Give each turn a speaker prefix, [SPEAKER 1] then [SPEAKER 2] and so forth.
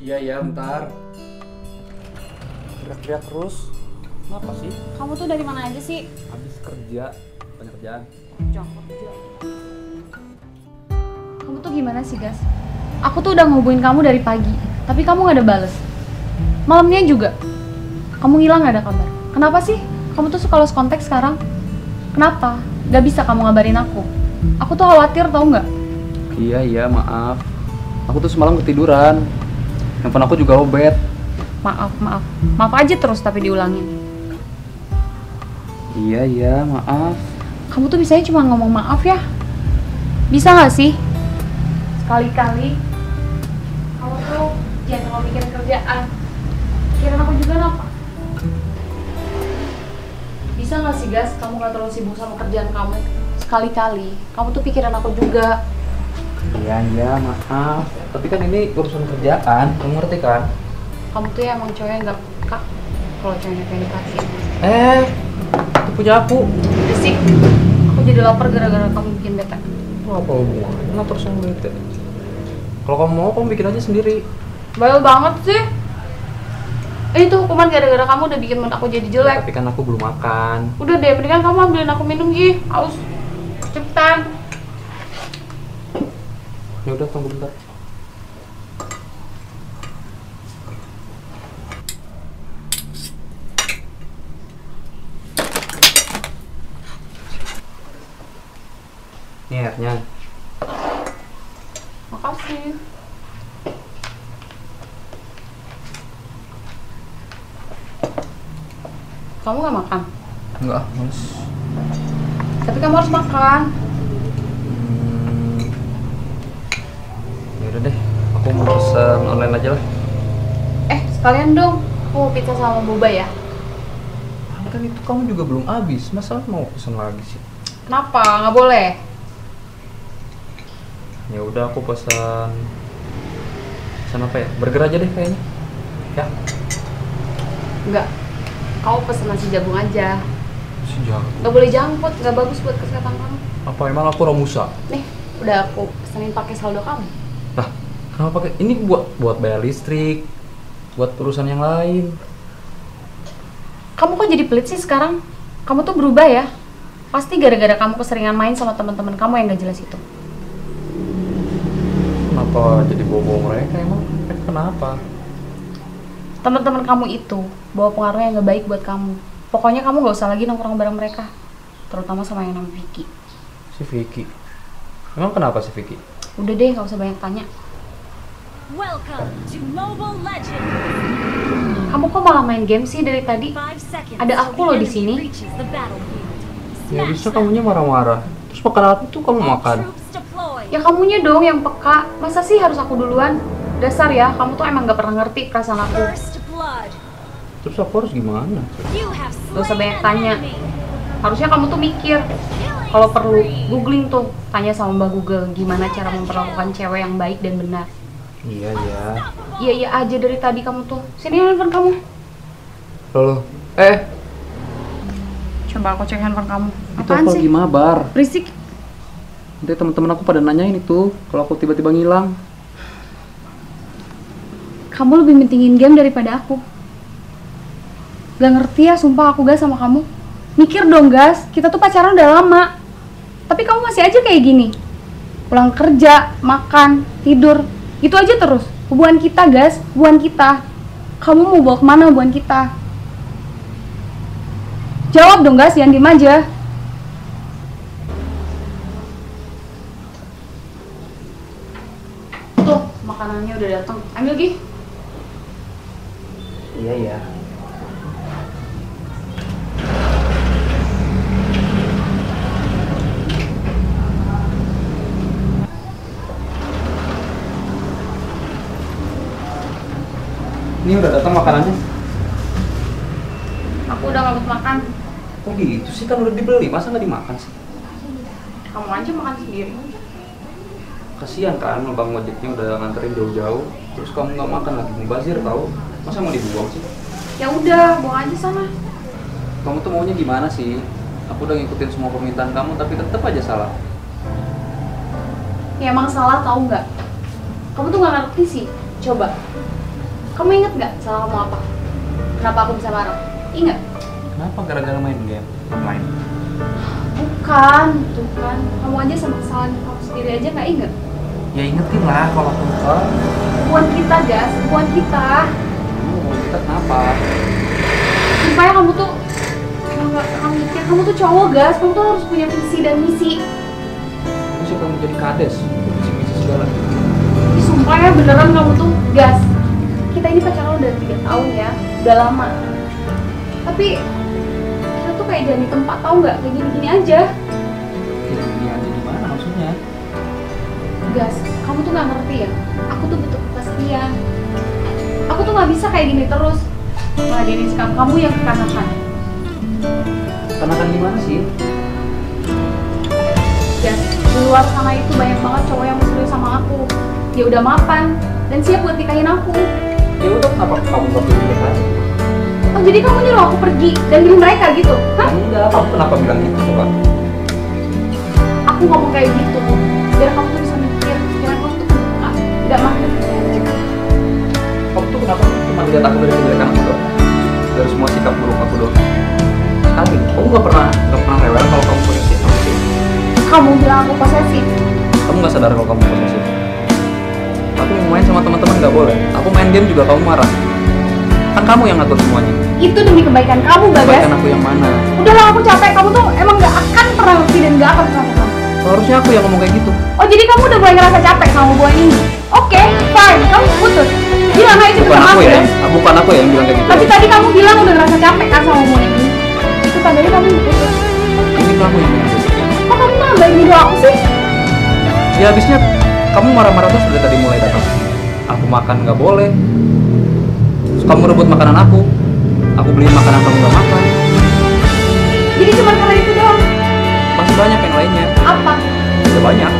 [SPEAKER 1] Iya ya, bentar.
[SPEAKER 2] Teriak-teriak terus. Kenapa sih?
[SPEAKER 3] Kamu tuh dari mana aja sih?
[SPEAKER 2] Habis kerja, banyak kerjaan.
[SPEAKER 3] Jongkok juga. Kamu tuh gimana sih, Gas? Aku tuh udah ngehubungin kamu dari pagi, tapi kamu gak ada bales. Malamnya juga. Kamu hilang gak ada kabar. Kenapa sih? Kamu tuh suka lost kontak sekarang. Kenapa? Gak bisa kamu ngabarin aku. Aku tuh khawatir tau nggak?
[SPEAKER 2] Iya, iya, maaf. Aku tuh semalam ketiduran. Handphone aku juga lowbat.
[SPEAKER 3] Maaf, maaf. Maaf aja terus tapi diulangin.
[SPEAKER 2] Iya, iya, maaf.
[SPEAKER 3] Kamu tuh bisanya cuma ngomong maaf ya. Bisa gak sih? Sekali-kali kamu tuh jangan terlalu mikirin kerjaan. Pikiran aku juga apa? Bisa gak sih, Gas? Kamu gak terlalu sibuk sama kerjaan kamu. Sekali-kali kamu tuh pikiran aku juga.
[SPEAKER 2] Iya, iya, maaf. Tapi kan ini urusan kerjaan, kamu ngerti kan?
[SPEAKER 3] Kamu tuh ya emang cowoknya gak peka kalau cowoknya pengen dikasih.
[SPEAKER 2] Eh, itu punya aku.
[SPEAKER 3] Udah sih, aku jadi lapar gara-gara kamu bikin bete.
[SPEAKER 2] Apa hubungannya? Nah, terus yang bete. Kalau kamu mau, kamu bikin aja sendiri.
[SPEAKER 3] Bayar banget sih. Eh, itu hukuman gara-gara kamu udah bikin mood aku jadi jelek.
[SPEAKER 2] Tapi kan aku belum makan.
[SPEAKER 3] Udah deh, mendingan kamu ambilin aku minum gih. Aus. Cepetan.
[SPEAKER 2] Ya udah, tunggu bentar. Nih airnya.
[SPEAKER 3] Makasih. Kamu nggak makan?
[SPEAKER 2] Enggak, males.
[SPEAKER 3] Tapi kamu harus makan.
[SPEAKER 2] Hmm. Ya udah deh, aku mau pesan online aja lah.
[SPEAKER 3] Eh, sekalian dong. Aku mau pizza sama boba ya.
[SPEAKER 2] Kan itu kamu juga belum habis, masa mau pesan lagi sih?
[SPEAKER 3] Kenapa? Nggak boleh.
[SPEAKER 2] Ya udah aku pesan pesan apa ya? Burger aja deh kayaknya. Ya,
[SPEAKER 3] Nggak. Kamu pesen nasi jagung aja.
[SPEAKER 2] sejak
[SPEAKER 3] Nggak boleh junk food, nggak bagus buat kesehatan kamu.
[SPEAKER 2] apa emang aku romusa?
[SPEAKER 3] Nih, udah aku pesenin pakai saldo kamu.
[SPEAKER 2] Lah, kenapa pakai ini buat buat bayar listrik, buat urusan yang lain.
[SPEAKER 3] Kamu kok jadi pelit sih sekarang? Kamu tuh berubah ya? Pasti gara-gara kamu keseringan main sama teman-teman kamu yang gak jelas itu.
[SPEAKER 2] Kenapa jadi bobo mereka emang? Mereka Kenapa?
[SPEAKER 3] Teman-teman kamu itu bawa pengaruh yang gak baik buat kamu. Pokoknya kamu gak usah lagi nongkrong bareng mereka, terutama sama yang namanya Vicky.
[SPEAKER 2] Si Vicky. Emang kenapa si Vicky?
[SPEAKER 3] Udah deh, gak usah banyak tanya.
[SPEAKER 4] Welcome to Mobile Legends.
[SPEAKER 3] Kamu kok malah main game sih dari tadi?
[SPEAKER 4] Five seconds.
[SPEAKER 3] Ada aku loh di sini.
[SPEAKER 2] Ya
[SPEAKER 3] Nah,
[SPEAKER 2] bisa kamunya marah-marah. Terus makan aku tuh kamu makan.
[SPEAKER 3] Ya kamunya dong yang peka. Masa sih harus aku duluan? Dasar ya, kamu tuh emang gak pernah ngerti perasaan aku.
[SPEAKER 4] First blood.
[SPEAKER 2] Terus aku harus gimana?
[SPEAKER 4] You have
[SPEAKER 3] Gak usah banyak
[SPEAKER 4] slain an
[SPEAKER 3] tanya.
[SPEAKER 4] enemy.
[SPEAKER 3] Harusnya kamu tuh mikir,
[SPEAKER 4] Killing
[SPEAKER 3] kalau perlu
[SPEAKER 4] spree.
[SPEAKER 3] googling tuh tanya sama Mbak Google gimana cara memperlakukan cewek yang baik dan benar.
[SPEAKER 2] Iya ya.
[SPEAKER 3] Iya iya aja dari tadi kamu tuh. Sini handphone kamu.
[SPEAKER 2] Loh, eh,
[SPEAKER 3] Coba aku cek handphone kamu.
[SPEAKER 2] itu
[SPEAKER 3] Apaan
[SPEAKER 2] aku
[SPEAKER 3] sih?
[SPEAKER 2] lagi mabar.
[SPEAKER 3] Berisik.
[SPEAKER 2] Nanti teman-teman aku pada nanyain itu kalau aku tiba-tiba ngilang.
[SPEAKER 3] Kamu lebih mentingin game daripada aku. Gak ngerti ya, sumpah aku gas sama kamu. Mikir dong gas, kita tuh pacaran udah lama. Tapi kamu masih aja kayak gini. Pulang kerja, makan, tidur, itu aja terus. Hubungan kita gas, hubungan kita. Kamu mau bawa kemana hubungan kita? Jawab dong gas, jangan diem aja. Tuh, makanannya udah datang. Ambil gih.
[SPEAKER 2] Iya ya. Ini udah datang makanannya.
[SPEAKER 3] Aku udah gak butuh makan.
[SPEAKER 2] Kok gitu sih kan udah dibeli, masa nggak dimakan sih?
[SPEAKER 3] Kamu aja makan sendiri.
[SPEAKER 2] Kasihan kan bang ojeknya udah nganterin jauh-jauh, terus kamu nggak makan lagi mubazir tahu? Masa mau dibuang sih?
[SPEAKER 3] Ya udah, buang aja sana.
[SPEAKER 2] Kamu tuh maunya gimana sih? Aku udah ngikutin semua permintaan kamu tapi tetap aja salah.
[SPEAKER 3] Ya emang salah tahu nggak? Kamu tuh nggak ngerti sih. Coba Kamu inget gak salah kamu apa? Kenapa aku bisa marah? Ingat?
[SPEAKER 2] Kenapa gara-gara main game online?
[SPEAKER 3] Bukan, tuh kan. Kamu aja sama kesalahan kamu sendiri aja nggak inget.
[SPEAKER 2] Ya ingetin lah kalau aku lupa.
[SPEAKER 3] Bukan kita, Gas. Bukan kita.
[SPEAKER 2] Kamu mau kita kenapa?
[SPEAKER 3] Supaya kamu tuh kamu nggak- kamu mikir kamu tuh cowok, Gas. Kamu tuh harus punya visi dan misi.
[SPEAKER 2] Kamu sih kamu jadi kades, misi-misi segala.
[SPEAKER 3] Ih, Sumpah ya beneran kamu tuh gas. Kita ini pacaran udah tiga tahun ya, udah lama. Tapi kita tuh kayak jadi tempat tau nggak kayak gini-gini aja.
[SPEAKER 2] Jadi gini aja gimana maksudnya?
[SPEAKER 3] Gas, kamu tuh nggak ngerti ya. Aku tuh butuh kepastian. Aku tuh nggak bisa kayak gini terus. Ngeladenin sikap kamu yang kekanakan.
[SPEAKER 2] Kenakan gimana sih?
[SPEAKER 3] Gas, di luar sana itu banyak banget cowok yang peduli sama aku. Dia udah mapan dan siap buat nikahin aku.
[SPEAKER 2] Ya udah kenapa kamu gak pilih dia kan?
[SPEAKER 3] Oh jadi kamu nyuruh aku pergi dan milih mereka gitu? Hah?
[SPEAKER 2] Enggak, Ya kamu kenapa bilang gitu coba?
[SPEAKER 3] aku ngomong kayak gitu biar kamu tuh bisa mikir pikiran kamu tuh kebuka nggak makin
[SPEAKER 2] Kamu tuh kenapa cuma lihat aku dari kejelekan aku doang? Dari semua sikap buruk aku doang? Sekali, kamu gak pernah, gak pernah rewel kalau kamu posesif sama sih?
[SPEAKER 3] kamu bilang aku posesif
[SPEAKER 2] Kamu gak sadar kalau kamu posesif? Aku mau main sama teman-teman gak boleh. Aku main game juga kamu marah. Kan kamu yang ngatur semuanya.
[SPEAKER 3] itu demi kebaikan kamu bagas
[SPEAKER 2] Kebaikan aku yang mana?
[SPEAKER 3] udahlah aku capek kamu tuh emang nggak akan pernah ngerti dan nggak akan pernah paham.
[SPEAKER 2] Harusnya aku yang ngomong kayak gitu.
[SPEAKER 3] oh jadi kamu udah mulai ngerasa capek sama hubungan ini oke fine kamu putus bilang aja itu
[SPEAKER 2] Bukan
[SPEAKER 3] sama
[SPEAKER 2] aku
[SPEAKER 3] aku
[SPEAKER 2] ya,
[SPEAKER 3] Bas.
[SPEAKER 2] yang- bukan aku yang bilang kayak gitu.
[SPEAKER 3] tapi tadi kamu bilang udah ngerasa capek kan sama hubungan ini itu tandanya kamu putus
[SPEAKER 2] Ini tuh aku yang bilang kayak gitu.
[SPEAKER 3] kok kamu nambahin hidup aku sih
[SPEAKER 2] Ya habisnya kamu marah-marah terus dari tadi mulai datang. Aku makan nggak boleh. Terus kamu rebut makanan aku. Aku beliin makanan kamu nggak makan.
[SPEAKER 3] jadi cuma karena itu doang
[SPEAKER 2] Masih banyak yang lainnya.
[SPEAKER 3] apa
[SPEAKER 2] Udah banyak.